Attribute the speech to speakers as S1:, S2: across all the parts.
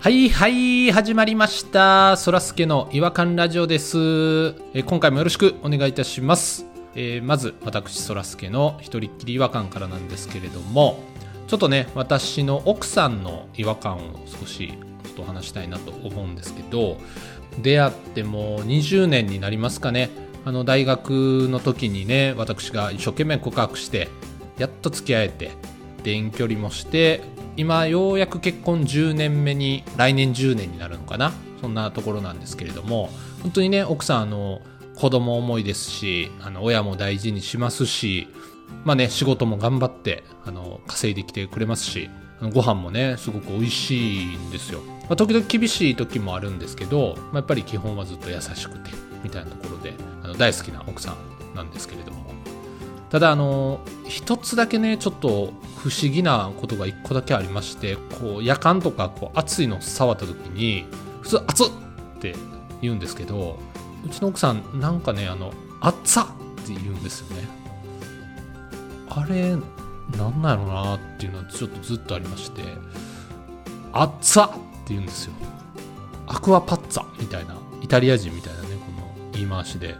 S1: はいはい、始まりました。そらすけの違和感ラジオです。えー今回もよろしくお願いいたします。えーまず、私、そらすけの一人っきり違和感からなんですけれども、ちょっとね、私の奥さんの違和感を少しちょっとお話したいなと思うんですけど、出会ってもう20年になりますかね。あの大学の時にね、私が一生懸命告白して、やっと付き合えて、で遠距離もして今ようやく結婚10年目に来年10年になるのかなそんなところなんですけれども本当にね奥さんあの子供思いですしあの親も大事にしますしまあね仕事も頑張ってあの稼いできてくれますしあのご飯もねすごく美味しいんですよ、まあ、時々厳しい時もあるんですけど、まあ、やっぱり基本はずっと優しくてみたいなところであの大好きな奥さんなんですけれどもただあの一つだけねちょっと不思議なことが一個だけありましてこう夜間とかこう熱いのを触った時に普通「熱っ!」って言うんですけどうちの奥さんなんかね「あの熱っ!」って言うんですよねあれなんなんやろうなっていうのはちょっとずっとありまして「熱っ!」って言うんですよアクアパッツァみたいなイタリア人みたいなねこの言い回しで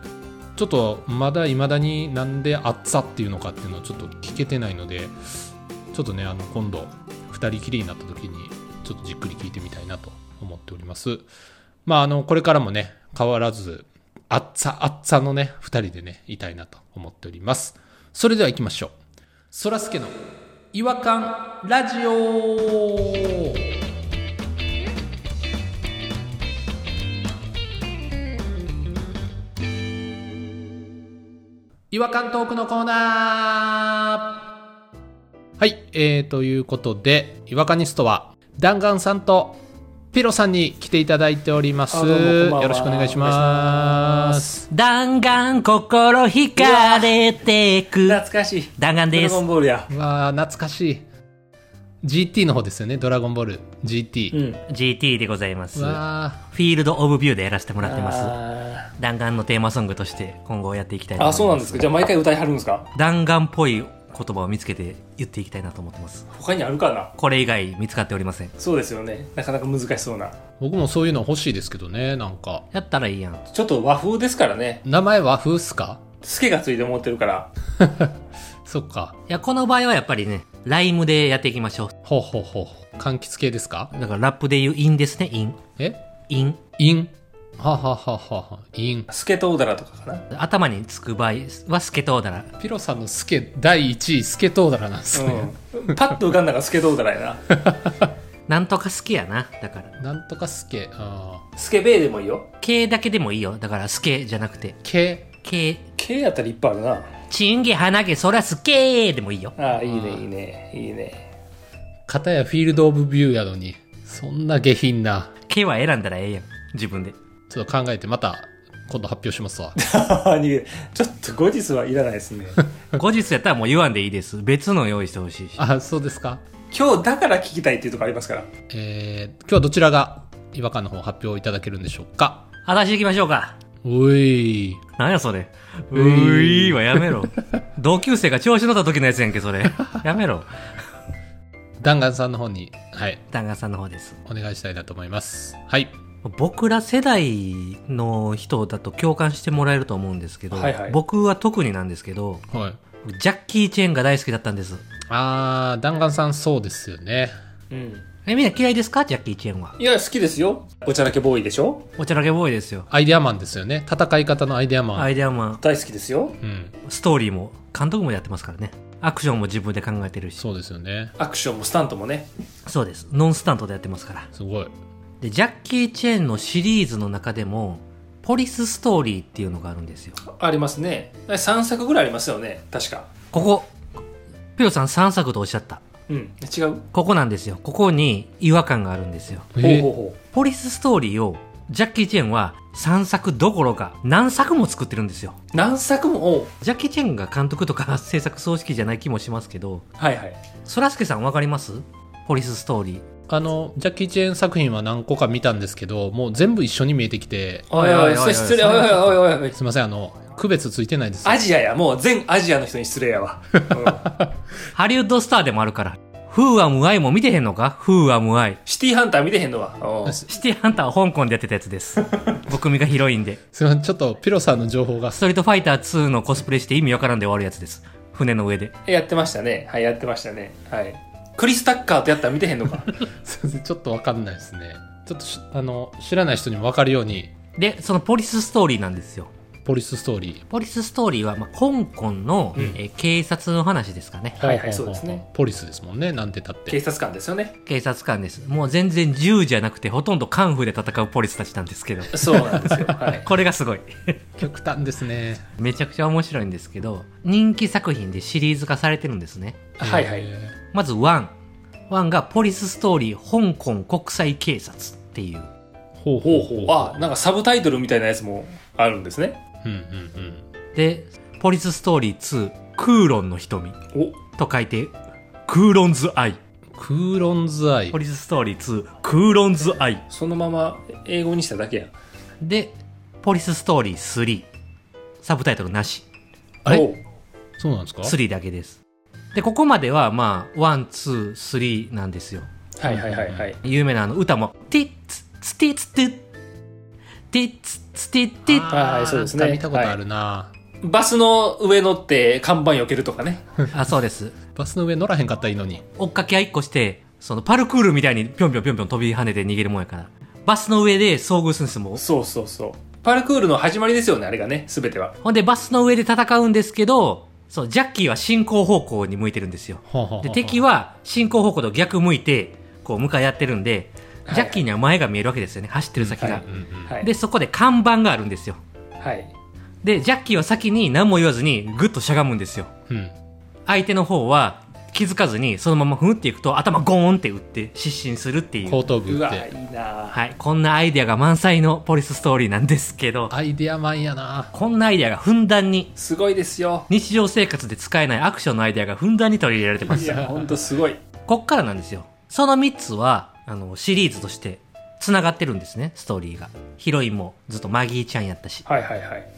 S1: ちょっとまだいまだになんで暑さっていうのかっていうのをちょっと聞けてないのでちょっとねあの今度2人きりになった時にちょっとじっくり聞いてみたいなと思っておりますまああのこれからもね変わらず暑さ暑さのね2人でねいたいなと思っておりますそれでは行きましょうそらすけの違和感ラジオ違和感トークのコーナーはい、えー、ということで、違和感ニストは、弾丸さんとピロさんに来ていただいております。
S2: あどうもこんばんは
S1: よろしくお願いします。
S3: 弾丸心惹かれてく
S2: 懐かしい。
S3: 弾丸
S2: ド
S3: で
S2: ラ
S3: す
S2: ゴンボールや。
S1: うわあ懐かしい。GT の方ですよね、ドラゴンボール GT。
S2: うん。
S3: GT でございます
S1: う
S3: フ
S1: わあ
S3: ィールド・オブ・ビューでやらせてもらってます
S2: あ
S3: 弾丸のテーマソングとして今後やっていきた
S2: ー
S3: いと思い
S2: あ、
S3: ます
S2: そうなんですか。じゃあ毎回歌いはるんですか
S3: 弾丸っぽい言葉を見つけて言っていきたいなと思ってます
S2: 他にあるかな
S3: これ以外見つかっておりません
S2: そうですよね。なかなか難しそうな。
S1: 僕もそういうの欲しいですけどね、なんか。
S3: やったらいいやん
S2: ちょっと和風ですからね。
S1: 名前はフースか
S2: スケがついて持ってるから。
S1: そっか。
S3: いやこの場合はやっぱりねライムでやっていきましょ
S1: ほうほうほうほう。柑橘系ですか
S3: うだからラップで言う「イン」ですね「イン
S1: え」
S3: 「イン
S1: インはあはあはあはあはあイン。
S2: スケトウダラとかかな。」
S3: 頭につく場合はスケトウダラ
S1: ピロさんのスケ第1位スケトーダラなんですね、
S2: うん。パッと浮かんだのがスケトウダラや な。
S3: なんとか好きやなだから
S1: なんとかスケあー
S2: スケベーでもいいよ。
S3: 系だけでもいいよだからスケじゃなくて
S1: ケ
S3: 系
S2: K やったらいっぱいあるな。
S3: チンゲ鼻毛そらすけーでもいいよ
S2: ああ、いいね、いいね、いいね。
S1: 片やフィールド・オブ・ビューやのにそんな下品な
S3: けは選んだらええやん自分で
S1: ちょっと考えてまた今度発表しますわ
S2: 逃げるちょっと後日はいらないですね。
S3: 後日やったらもう言わんでいいです別の用意してほしいし
S1: あそうですか
S2: 今日だから聞きたいっていうとこありますから。
S1: えー、今日はどちらが違和感の方発表いただけるんでしょうか
S3: 私行きましょうか
S1: おい
S3: なんやそれうーいはやめろ同級生が調子乗った時のやつやんけそれやめろ
S1: 弾丸さんの方にはい
S3: 旦那さんの方です
S1: お願いしたいなと思いますはい
S3: 僕ら世代の人だと共感してもらえると思うんですけど、
S2: はいはい
S3: 僕は特になんですけど
S1: はい
S3: ジャッキー・チェンが大好きだったんです
S1: あー弾丸さんそうですよね
S2: うん。
S3: えみんな嫌いですかジャッキー・チェンはい
S2: や、好きですよ。おちゃらけボーイでしょ
S3: おちゃらけボーイですよ
S1: アイデアマンですよね戦い方のアイデアマン、
S3: アイデアマン
S2: 大好きですよ。
S1: うん
S3: ストーリーも監督もやってますからねアクションも自分で考えてるし
S1: そうですよね
S2: アクションもスタントもね。
S3: そうですノンスタントでやってますから
S1: すごい
S3: でジャッキー・チェーンのシリーズの中でもポリスストーリーっていうのがあるんですよ
S2: ありますね3作ぐらいありますよね確か
S3: ここピロさん3作とおっしゃった
S2: うん違う
S3: ここなんですよここに違和感があるんですよ
S1: え
S2: ほうほ
S3: ポリスストーリーをジャッキー・チェーンは3作どころか何作も作ってるんですよ
S2: う何作もおう
S3: ジャッキー・チェーンが監督とか 制作総指揮じゃない気もしますけど
S2: はいはい
S3: そらすけさんわかりますポリスストーリー
S1: あのジャッキー・チェーン作品は何個か見たんですけどもう全部一緒に見えてきて
S2: おいお
S3: おいおい
S2: い
S3: おい
S2: それ失礼おいおいおいおいおい
S1: すいませんあの区別ついてないです
S2: アジアやもう全アジアの人に失礼やわ、うん
S3: ハリウッドスターでもあるから、フーアムアイも見てへんのかフーアムアイ。
S2: シティハンター見てへんのは。おう
S3: シティハンターは香港でやってたや つです。僕身が広いんで。
S1: すいません、ちょっとピロさんの情報が
S3: ストリートファイター2のコスプレして意味わからんで終わるやつです。船の上で。
S2: やってましたね。はい、やってましたね。はい。クリス・タッカーとやったら見てへんのか。
S1: すいませんちょっとわかんないですね。ちょっとしあの知らない人にもわかるように、
S3: で、そのポリスストーリーなんですよ。
S1: ポリスストーリ
S3: ポリスストーリーは、まあ、香港の、
S2: うん
S3: えー警察の話ですかね
S1: ー。。
S2: はいはいそうですね。
S1: ポリスですもんね、なんてたっ
S2: 警
S1: て。
S2: 察官ですよね。
S3: 警察官です。もう全然銃じゃなくて、ほとんどカンフーで戦うポリスたちなんですけど。
S2: そうなんですよ。 はい。
S3: これがすごい。
S1: 極端ですね。
S3: めちゃくちゃ面白いんですけど、人気作品でシリーズ化されてるんですね。
S2: はいはい。
S1: え
S3: まず1。1がポリスストーリー香港国際警察っていう。
S1: ーほうほ
S2: ほ
S1: う
S2: う
S1: ほ
S2: ほ
S1: う
S2: う。。あ、なんかサブタイトルみたいなやつもあるんですね。
S1: うんうん
S3: で、ポリスストーリー2、クーロンの瞳
S2: お、
S3: と書いて、クーロンズアイ。
S1: うん。クーロンズアイ
S3: ポ。リスストーリー2、クーロンズアイ。
S2: そのまま英語にしただけやん。
S3: で、ポリスストーリー3。サブタイトルなし。
S1: あれ
S2: お
S1: そうなんですか
S3: 3だけです。で、ここまでは、まあ、1、2、3なんですよ。
S2: はいはいはいはい。
S3: 有名なあの歌も、ティッツ、ツティッツティッ、ティッツ、ツティッティッ。
S1: あー
S2: はいはいそうですね
S1: なんか見たことあるな。
S2: バスの上乗って看板避けるとかね。
S3: あ、そうです。
S1: バスの上乗らへんかったらいいのに。
S3: 追っかけ合いっこして、そのパルクールみたいにぴょんぴょんぴょんぴょん飛び跳ねて逃げるもんやから。バスの上で遭遇するんですもん。
S2: そうそうそう。パルクールの始まりですよね、あれがね、すべては。
S3: ほんで、バスの上で戦うんですけど、そう、ジャッキーは進行方向に向いてるんですよ。
S1: ほうほうほう
S3: で、敵は進行方向と逆向いて、こう向かい合ってるんで、ジャッキーには前が見えるわけですよね。走ってる先が。
S2: はい
S1: うんうん
S2: はい。
S3: で、そこで看板があるんですよ。
S2: はい。
S3: で、ジャッキーは先に何も言わずにぐっとしゃがむんですよ。
S1: うん。
S3: 相手の方は気づかずにそのままふんっていくと頭ゴーンって打って失神するっていう
S1: 後。頭部
S2: う
S1: っ
S2: わ、
S1: て。
S2: いいなぁ
S3: はい。こんなアイデアが満載のポリスストーリーなんですけど、
S1: アイデアマンやな。
S3: こんなアイデアがふんだんに、
S2: すごいですよ。
S3: 日常生活で使えないアクションのアイデアがふんだんに取り入れられてま
S2: い
S3: す。
S2: や、ほんとすごい。
S3: こっからなんですよ。その3つは、あの、シリーズとして繋がってるんですね、ストーリーが。ヒロインもずっとマギーちゃんやったし。
S2: はいはいはい。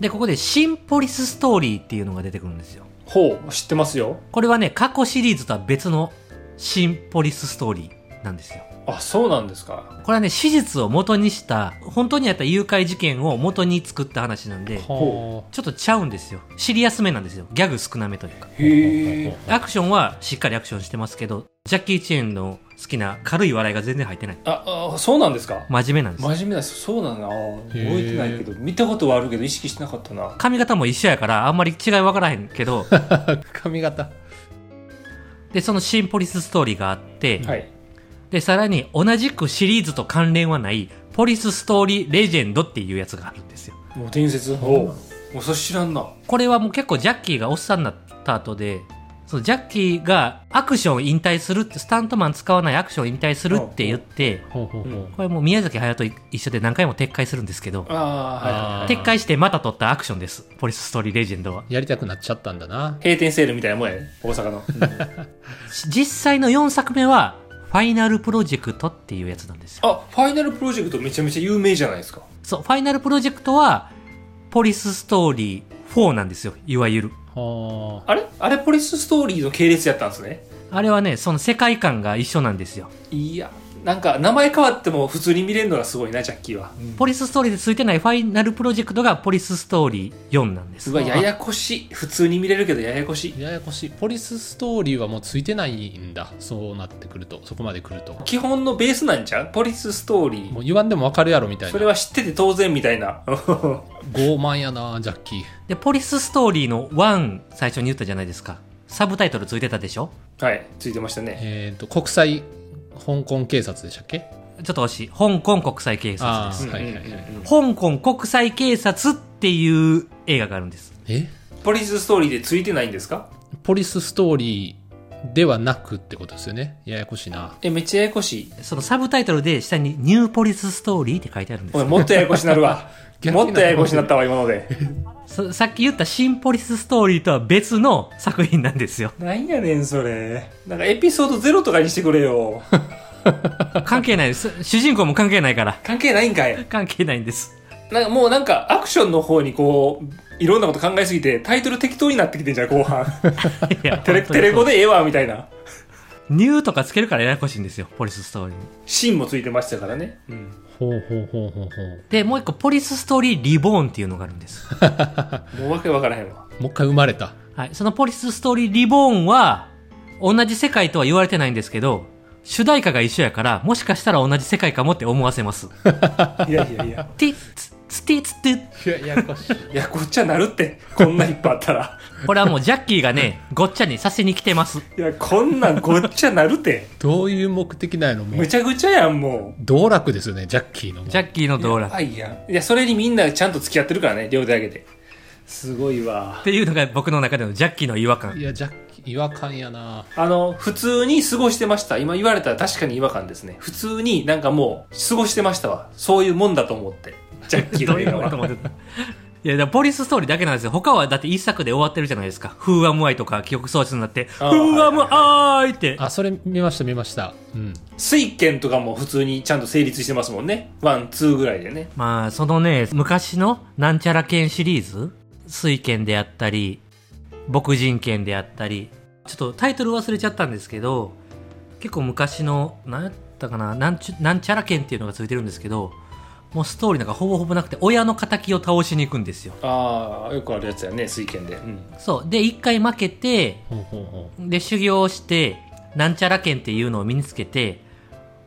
S3: で、ここで新ポリスストーリーっていうのが出てくるんですよ。
S2: ほう、知ってますよ。
S3: これはね、過去シリーズとは別の新ポリスストーリーなんですよ。
S2: あ、そうなんですか。
S3: これはね、史実を元にした、本当にあった誘拐事件を元に作った話なんで、
S1: ほ
S3: ちょっとちゃうんですよ。シリアスめなんですよ。ギャグ少なめというか。
S1: う。
S2: へえ。
S3: アクションはしっかりアクションしてますけど、ジャッキー・チェーンの好きな軽い笑いが全然入ってない。
S2: あ、あ、そうなんですか。
S3: 真面目なんですよ。
S2: 真面目だ、そうなんだ。あー覚えてないけど、見たことはあるけど意識してなかったな。
S3: 髪型も一緒やから、あんまり違いわからへんけど、
S1: 髪型。
S3: で、その新ポリスストーリーがあって、
S2: はい。
S3: で、さらに同じくシリーズと関連はない、ポリスストーリーレジェンドっていうやつがあるんですよ。
S2: もう伝説。おう。もうそれ知らんな。
S3: これはもう結構ジャッキーがおっさんになった後で、そのジャッキーがアクションを引退するって、スタントマン使わないアクションを引退するって言って、
S1: ほうほうほう。
S3: これもう宮崎駿と一緒で何回も撤回するんですけど、
S2: ああ、はいはいはい。
S1: あー
S3: 撤回してまた撮ったアクションです。ポリスストーリーレジェンドは。
S1: やりたくなっちゃったんだな。
S2: 閉店セールみたいなもんやね大阪の。
S3: し実際の4作目は、ファイナルプロジェクトっていうやつなんですよ。
S2: あ、ファイナルプロジェクトめちゃめちゃ有名じゃないですか。
S3: そう、ファイナルプロジェクトは、ポリスストーリー4なんですよ。いわゆる。
S1: はあ。
S2: あれあれポリスストーリーの系列やったんですね。
S3: あれはね、その世界観が一緒なんですよ。
S2: いや、なんか名前変わっても普通に見れるのがすごいな、ジャッキーは。
S3: ポリスストーリーでついてないファイナルプロジェクトがポリスストーリー4なんですす。
S2: ごいややこしい。普通に見れるけどややこしい。
S1: ややこしい。ポリスストーリーはもうついてないんだ。そうなってくると。そこまで来ると。
S2: 基本のベースなんじゃんポリスストーリー。
S1: もう言わんでもわかるやろみたい
S2: そ
S1: な
S2: れ。は知ってて当然みたいな。
S1: 傲慢やな、ジャッキー。
S3: で、ポリスストーリーの1最初に言ったじゃないですか。サブタイトルついてたでしょ
S2: はい、ついてましたね。
S1: えっ、と、国際香港警察でしたっけ
S3: ちょっと惜しい。香港国際警察です。
S1: あはいはいはい
S2: うんうんうん
S3: 香港国際警察っていう映画があるんです。
S1: え
S2: ポリスストーリーでついてないんですか
S1: ポリスストーリーではなくってことですよね。ややこしいな。。
S2: え、めっちゃややこしい。
S3: そのサブタイトルで下にニューポリスストーリーって書いてあるんで
S2: お
S3: す
S2: い、もっとややこしなる わ
S1: 逆にな
S2: もっとややこしなったわ、今ので。。
S3: そ。さっき言った新ポリスストーリーとは別の作品なんですよ
S2: なんやねん、それ。なんかエピソードゼロとかにしてくれよ。
S3: 関係ないです。主人公も関係ないから。
S2: 関係ないんかい。
S3: 関係ない んです。
S2: なんかもうなんかアクションの方にこう、いろんなこと考え すぎてタイトル適当になってきてんじゃん、後半。
S3: いや
S2: テレ、テレコでええわ、みたいな。
S3: ニューとかつけるからややこしいんですよ、ポリスストーリーに。
S2: 芯もついてましたからね。うん。
S1: ほうほうほうほうほう
S3: で、もう一個、ポリスストーリーリボーンっていうのがあるんです。
S2: もうわけわからへんわ。
S1: もう一回生まれた
S3: はい、そのポリスストーリーリボーンは、同じ世界とは言われてないんですけど、主題歌が一緒やから、もしかしたら同じ世界かもって思わせます。
S2: いやいやいや。
S3: ティッツ、ツティッツティッ
S1: ややこしい
S2: いや、ごっちゃなるって。こんないっぱいあったら。
S3: これはもうジャッキーが ね、ごっちゃにさせに来てます。
S2: いや、こんなんごっちゃなるって。
S1: どういう目的なのもう
S2: むちゃくちゃやん、も
S1: 道楽ですよねジャッキーのもう
S3: ジャッキーの
S2: う。
S3: 道楽。っ
S2: はいやん。いや、それにみんなちゃんと付き合ってるからね、両手上げて。すごいわ。
S3: ていうのが僕の中でのジャッキーの違和感
S1: い。やジャッキー違和感やな
S2: あの、普通に過ごしてました。今言われたら確かに違和感ですね。普通になんかもう、過ごしてましたわ。そういうもんだと思って。ジャッキー
S3: ど
S2: の
S3: うい
S2: 映
S3: う
S2: 画
S3: こと
S2: は。
S3: 思ってた。いや、だからポリスストーリーだけなんですよ。他はだって一作で終わってるじゃないですか。フーアムアイとか記憶喪失になって、フ
S2: あー
S3: ーアムアイって。
S1: あそれ見ました見ましたうん
S2: 水拳とかも普通にちゃんと成立してますもんね。ワン、ツーぐらいでね。
S3: まあ、そのね、昔のなんちゃら剣シリーズ、水剣であったり、牧人剣であったり、ちょっとタイトル忘れちゃったんですけど、結構昔の、なんやったかな、なんちゅなんちゃら剣っていうのがついてるんですけど、もうストーリーなんかほぼほぼなくて、親の敵を倒しに行くんですよ。
S2: ああ、よくあるやつやね、水拳で。うん。
S3: そう。で、一回負けて、
S1: ほうほうほ
S3: で、修行をして、なんちゃら剣っていうのを身につけて、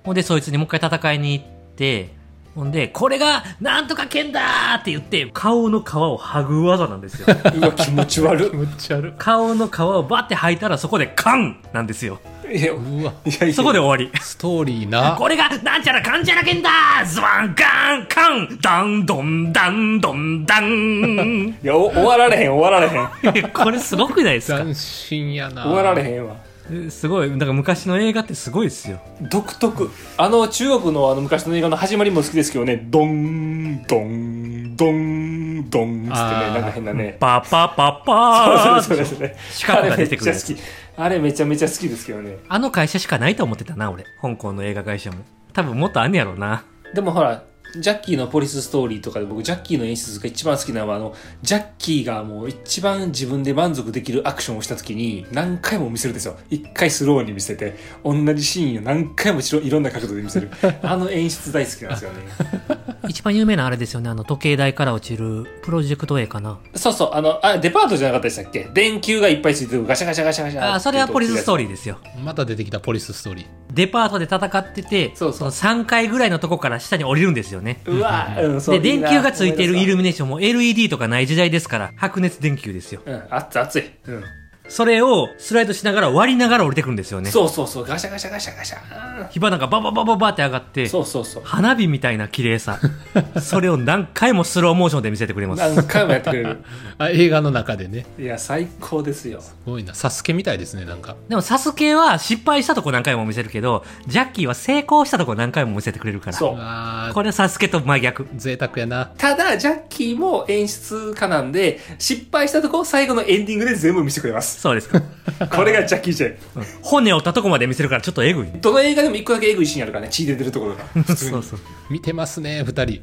S3: ほんで、そいつにもう一回戦いに行って、ほんで、これが、なんとか剣だーって言って、顔の皮を剥ぐ技なんですよ。
S2: うわ、気持ち悪
S1: う。むっちゃる
S3: 顔の皮をバって剥いたら、そこで、カンなんですよ。
S2: いや、いう
S1: わ
S2: やいや
S3: そこで終 わり。
S1: ストーリーな
S3: これが、なんちゃらかんちゃら剣だーズワンカンカンダンドンダンドンダン
S2: いや、お終わられへん、終わられへん。
S3: これすごくないですか
S1: 斬新やな
S2: 終わられへんわ。
S3: すごい。なんか昔の映画ってすごいですよ。
S2: 独特。あの、中国のあの昔の映画の始まりも好きですけどね、ドン、ドン、ドン、ドンっつってね、
S1: あー
S2: なんか変なね。
S3: パパパパ ー
S2: そうですそうですね。
S3: 四角が出てくる
S2: あれめっ
S3: や
S2: ちゃ好き。あれめち
S3: つ
S2: ゃめちゃ好きですけどね。
S3: あの会社しかないと思ってたな、俺。香港の映画会社も。多分もっとあんねやろうな。
S2: でもほら、ジャッキーのポリスストーリーとかで僕、ジャッキーの演出が一番好きなのは、あの、ジャッキーがもう一番自分で満足できるアクションをした時に何回も見せるんですよ。一回スローに見せて、同じシーンを何回もいろんな角度で見 せる。あの演出大好きなんですよね。
S3: 一番有名なあれですよね、あの時計台から落ちるプロジェクト A かな。
S2: そうそう、あの、あ、デパートじゃなかったでしたっけ電球がいっぱいついてるガシャガシャガシャガシャ
S3: あ、それはポリスストー
S2: リー。
S3: リーですよ。
S1: また出てきたポリスストーリー
S3: デパートで戦ってて、
S2: そうそう
S3: の3階ぐらいのとこから下に降りるんですよね。
S2: うわうん、そう
S3: で、電球がついてるイル
S2: ミ。
S3: ミネーションも LED とかない時代ですから、白熱電球ですよ。
S2: うん、熱い熱い。うん。
S3: それをスライドしながら割りながら降りてくるんですよね。
S2: そうそうそう、ガシャガシャガシャガシャ。うん
S3: 火花がバババババって上がって、
S2: そうそうそう。
S3: 花火みたいな綺麗さ。それを何回もスローモーションで見せてくれます。
S2: 何回もやってくれ る。
S1: あ映画の中でね
S2: いや、最高ですよ。
S1: すごいなサスケみたいですねなんか
S3: でも、サスケは失敗したとこ何回も見せるけど、ジャッキーは成功したとこ何回も見せてくれるから。
S2: そうう
S1: わ
S3: これサスケと真逆。
S1: 贅沢やな
S2: ただ、ジャッキーも演出家なんで、失敗したとこ最後のエンディングで全部見せてくれます。
S3: そ うですか。
S2: これがジャッキーじゃん。
S3: 骨折ったとこまで見せるからちょっとエグい。
S2: どの映画でも一個だけエグいシーンあるからね、血出てるところが。普通
S3: そう
S2: に。
S3: そう。
S1: 見てますね二人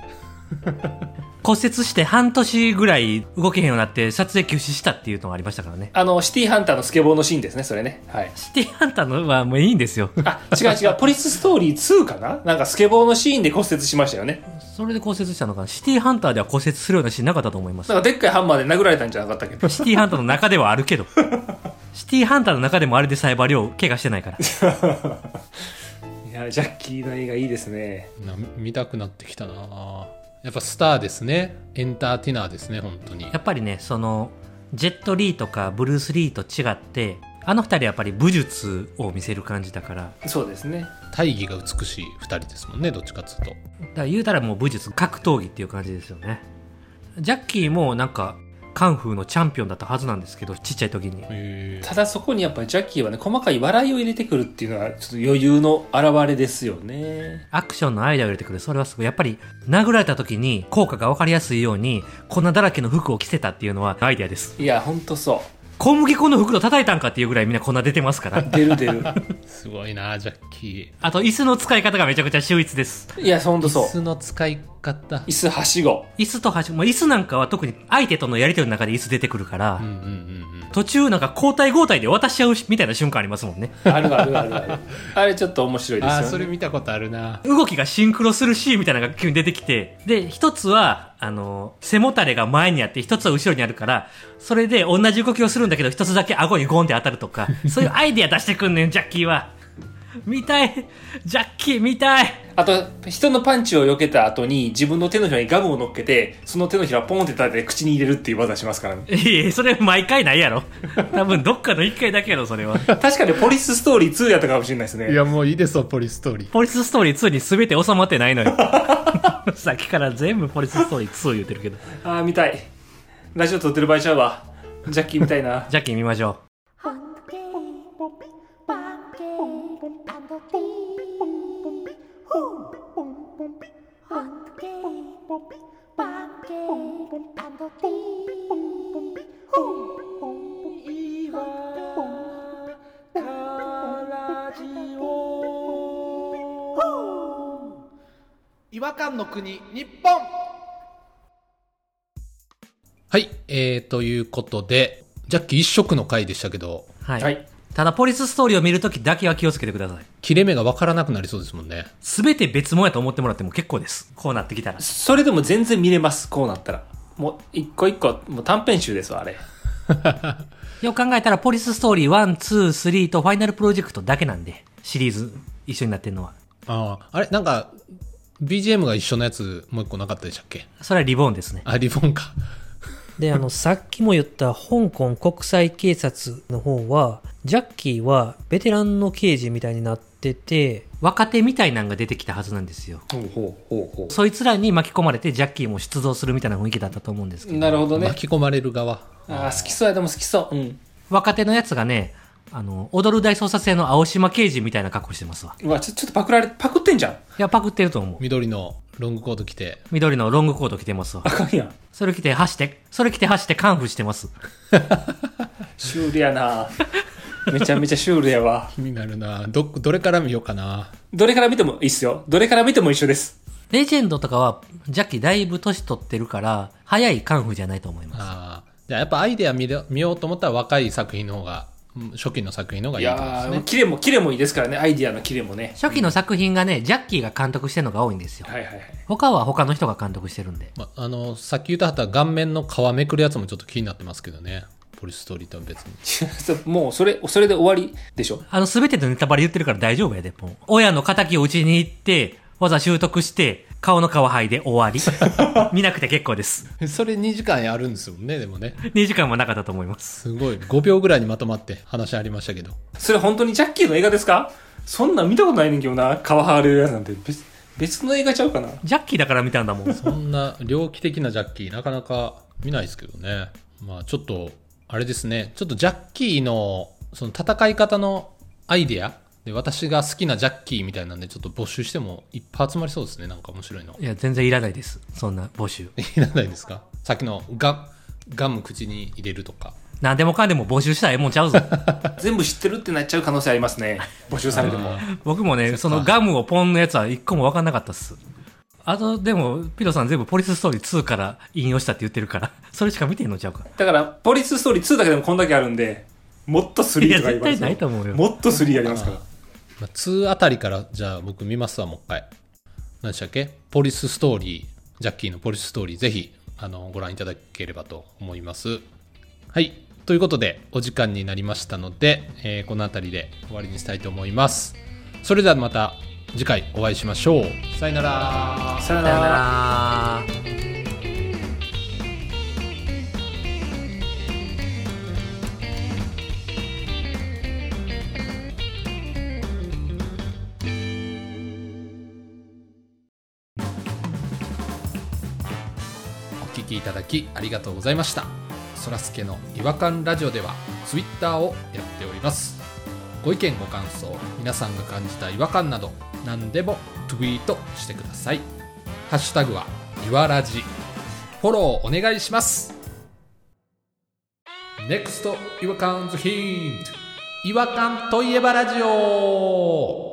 S3: 骨折して半年ぐらい動けへんようになって撮影休止したっていうのがありましたからね。
S2: あの、シティーハンターのスケボーのシーンですね、それね。はい。
S3: シティハンターのはもういいんですよ。
S2: あ、違う違う。ポリスストーリー2かななんかスケボーのシーンで骨折しましたよね。
S3: それで骨折したのかな。シティハンターでは骨折するようなシーンなかったと思い ます
S2: な。んかでっかいハンマーで殴られたんじゃなかったっけ
S3: シティハンターの中ではあるけど。シティハンターの中でもあれでサイバー量怪我してないから。
S2: いや、ジャッキーの映画いいですね。
S1: な見たくなってきたなやっぱスターですねエンターテイナーですね本当に
S3: やっぱりね、その、ジェット・リーとかブルース・リーと違って、あの二人はやっぱり武術を見せる感じだから、
S2: そうですね。
S1: 大義が美しい二人ですもんねどっちかっつうと
S3: だから言うたらもう武術、格闘技っていう感じですよね。ジャッキーもなんか、カンフーのチャンピオンだったはずなんですけど、ちっちゃい時に。
S1: へえ
S2: ただそこにやっぱりジャッキーはね、細かい笑いを入れてくるっていうのは、ちょっと余裕の表れですよね。
S3: アクションのアイデアを入れてくる。それはすごい。やっぱり、殴られた時に効果がわかりやすいように、粉だらけの服を着せたっていうのはアイデアです。
S2: いや、ほんとそう。
S3: 小麦粉の袋叩いたんかっていうぐらいみんな粉出てますから。
S2: 出る出 る。
S1: すごいなジャッキ
S3: あと、椅子の使い方がめちゃくちゃ秀逸です。
S2: いや、ほん
S1: ー
S2: とそう
S1: 椅。子の使い方
S2: 椅子はしご。
S3: 椅子と端、まあ、椅子なんかは特に相手とのやりとりの中で椅子出てくるから、
S1: うんうんうん
S3: 途中なんか交代交代で渡し合うみたいな瞬間ありますもんね。
S2: あるあるあるある。あれちょっと面白
S1: う
S2: い
S1: ん
S2: ですよ、
S1: あ
S2: ね。
S1: ーそれ見たことあるな
S3: 動きがシンクロするシーンみたいなのが急に出てきて、で、一つは、あの、背もたれが前にあって、一つは後ろにあるから、それで同じ動きをするんだけど、一つだけ顎にゴンって当たる とか、そういうアイディア出してくんねん、ジャッキーは。見たいジャッキー見たい
S2: あと、人のパンチを避けた後に、自分の手のひらにガムを乗っけて、その手のひらをポンって立てて口に入れるっていう技しますからね。
S3: いやそれ毎回ないやろ。多分どっかの一回だけやろ、それは。
S2: 確かにポリスストーリー2やったかもしれないですね。
S1: やもういいですよポリストーリー
S3: ポリスストーリー2に全て収まってないのよ。 さっきから全部ポリスストーリー2言ってるけど。
S2: ああ、見たい。ラジオ撮ってる場合ちゃうわ。ジャッキーみたいな。
S3: ジャッキー見ましょう。
S4: Hunky,
S1: 違和感の国日本はいえー、ということでジャッキー一色の回でしたけど
S3: はい。
S2: はい。
S3: ただ、ポリスストーリーを見るときだけは気をつけてください。
S1: 切れ目が分からなくなりそうですもんね
S3: すべて別物やと思ってもらっても結構です。こうなってきたら。
S2: それでも全然見れます、こうなったら。もう、一個一個、もう短編集ですわ、あれ。
S3: よく考えたら、ポリスストーリー1、2、3とファイナルプロジェクトだけなんで、シリーズ一緒になってるのは。
S1: あああれなんか BGM が一緒のやつもう一個なかったでしたっけ
S3: それはリボーンですね。
S1: あリボンか
S5: で、あの、さっきも言った香港国際警察の方は、ジャッキーはベテランの刑事みたいになってて、
S3: 若手みたいなんが出てきたはずなんですよ。
S2: ほうほうほうほ
S3: そいつらに巻き込まれて、ジャッキーも出動するみたいな雰囲気だったと思うんですけど。
S2: なるほどね。
S1: 巻き込まれる側
S2: ああ、好きそうや、でも好きそう。うん。
S3: 若手のやつがね、あの、踊る大捜査線の青島刑事みたいな格好してますわ。
S2: うわ、ちょ、ちょっとパクられ、パクってんじゃん。
S3: いや、パクってると思う。
S1: 緑のロングコート着て
S3: 緑のロングコート着てますわ
S2: あ。かんやん。
S3: それ着て走って、それ着て走ってカンフしてます。
S2: シュールやなめちゃめちゃシュールやわ。
S1: 気になるなどどれから見ようかな
S2: どれから見てもいいっすよ。どれから見ても一緒です。
S3: レジェンドとかは、ジャッキーだいぶ年取ってるから、早いカンフじゃないと思います。
S1: あーじゃあやっぱアイデア見れ見ようと思ったら若い作品の方がうん初期の作品の方が
S2: い
S1: いいってこと
S2: や
S1: です
S2: ー、
S1: ね
S2: キレも、キレもいいですからね。アイディアのキレもね。
S3: 初期の作品がね、ジャッキーが監督してるのが多いんですよ。
S2: はいはいはい。
S3: 他は他の人が監督してるんで。
S1: まあのさっき言ったはった顔面の皮めくるやつもちょっと気になってますけどねポリストーリーとは別に
S2: もう、それ、それで終わりでしょ。
S3: あの、すべてのネタバレ言ってるから大丈夫やで、もう。親の仇を打ちに行って、技習得して、顔の皮剥いで終わり。 見なくて結構です。
S1: それ2時間やるんですもんねでもね
S3: 2時間もなかったと思います。
S1: すごい5秒ぐらいにまとまって話ありましたけど
S2: それ本当にジャッキーの映画ですかそんなん見たことないねんけどな。皮剥がれるやつなんて。別、別の映画ちゃうかな。
S3: ジャッキーだから見たんだもん。
S1: そんな猟奇的なジャッキーなかなか見ないですけどねまあちょっとあれですねちょっとジャッキーのその戦い方のアイデアで私が好きなジャッキーみたいなんでちょっと募集してもいっぱい集まりそうですねなんか面白いの
S3: いや、全然いらないです。そんな募集。
S1: いらないですかさっきのガガム口に入れるとか
S3: 何でもかんでも募集したらええもんちゃうぞ。
S2: 全部知ってるってなっちゃう可能性ありますね。募集されても。
S3: 僕もね、そのガムをポンのやつは一個も分かんなかったっす。あと、でも、ピロさん全部ポリスストーリー2から引用したって言ってるから、それしか見てんのちゃうか。
S2: だから、ポリスストーリー2だけでもこんだけあるんで、もっと
S3: い
S2: 3
S3: や、
S2: とか言わ
S3: 絶
S2: れ
S3: 対
S2: て
S3: ないと思うよ。
S2: もっと3やりますから。
S1: まあ2あたりからじゃあ僕見ますわもう一回何でしたっけポリスストーリージャッキーのポリスストーリーぜひあのご覧いただければと思いますはいということでお時間になりましたので、えーこの辺りで終わりにしたいと思いますそれではまた次回お会いしましょうさよなら
S2: さよ
S3: さ
S2: な
S3: よな
S2: ら。
S3: ら。
S1: お聞きいただきありがとうございましたそらすけの違和感ラジオではツイッターをやっておりますご意見ご感想皆さんが感じた違和感など何でもツイートしてくださいハッシュタグはいわらじフォローお願いします NEXT 違和感ズヒント違和感といえばラジオ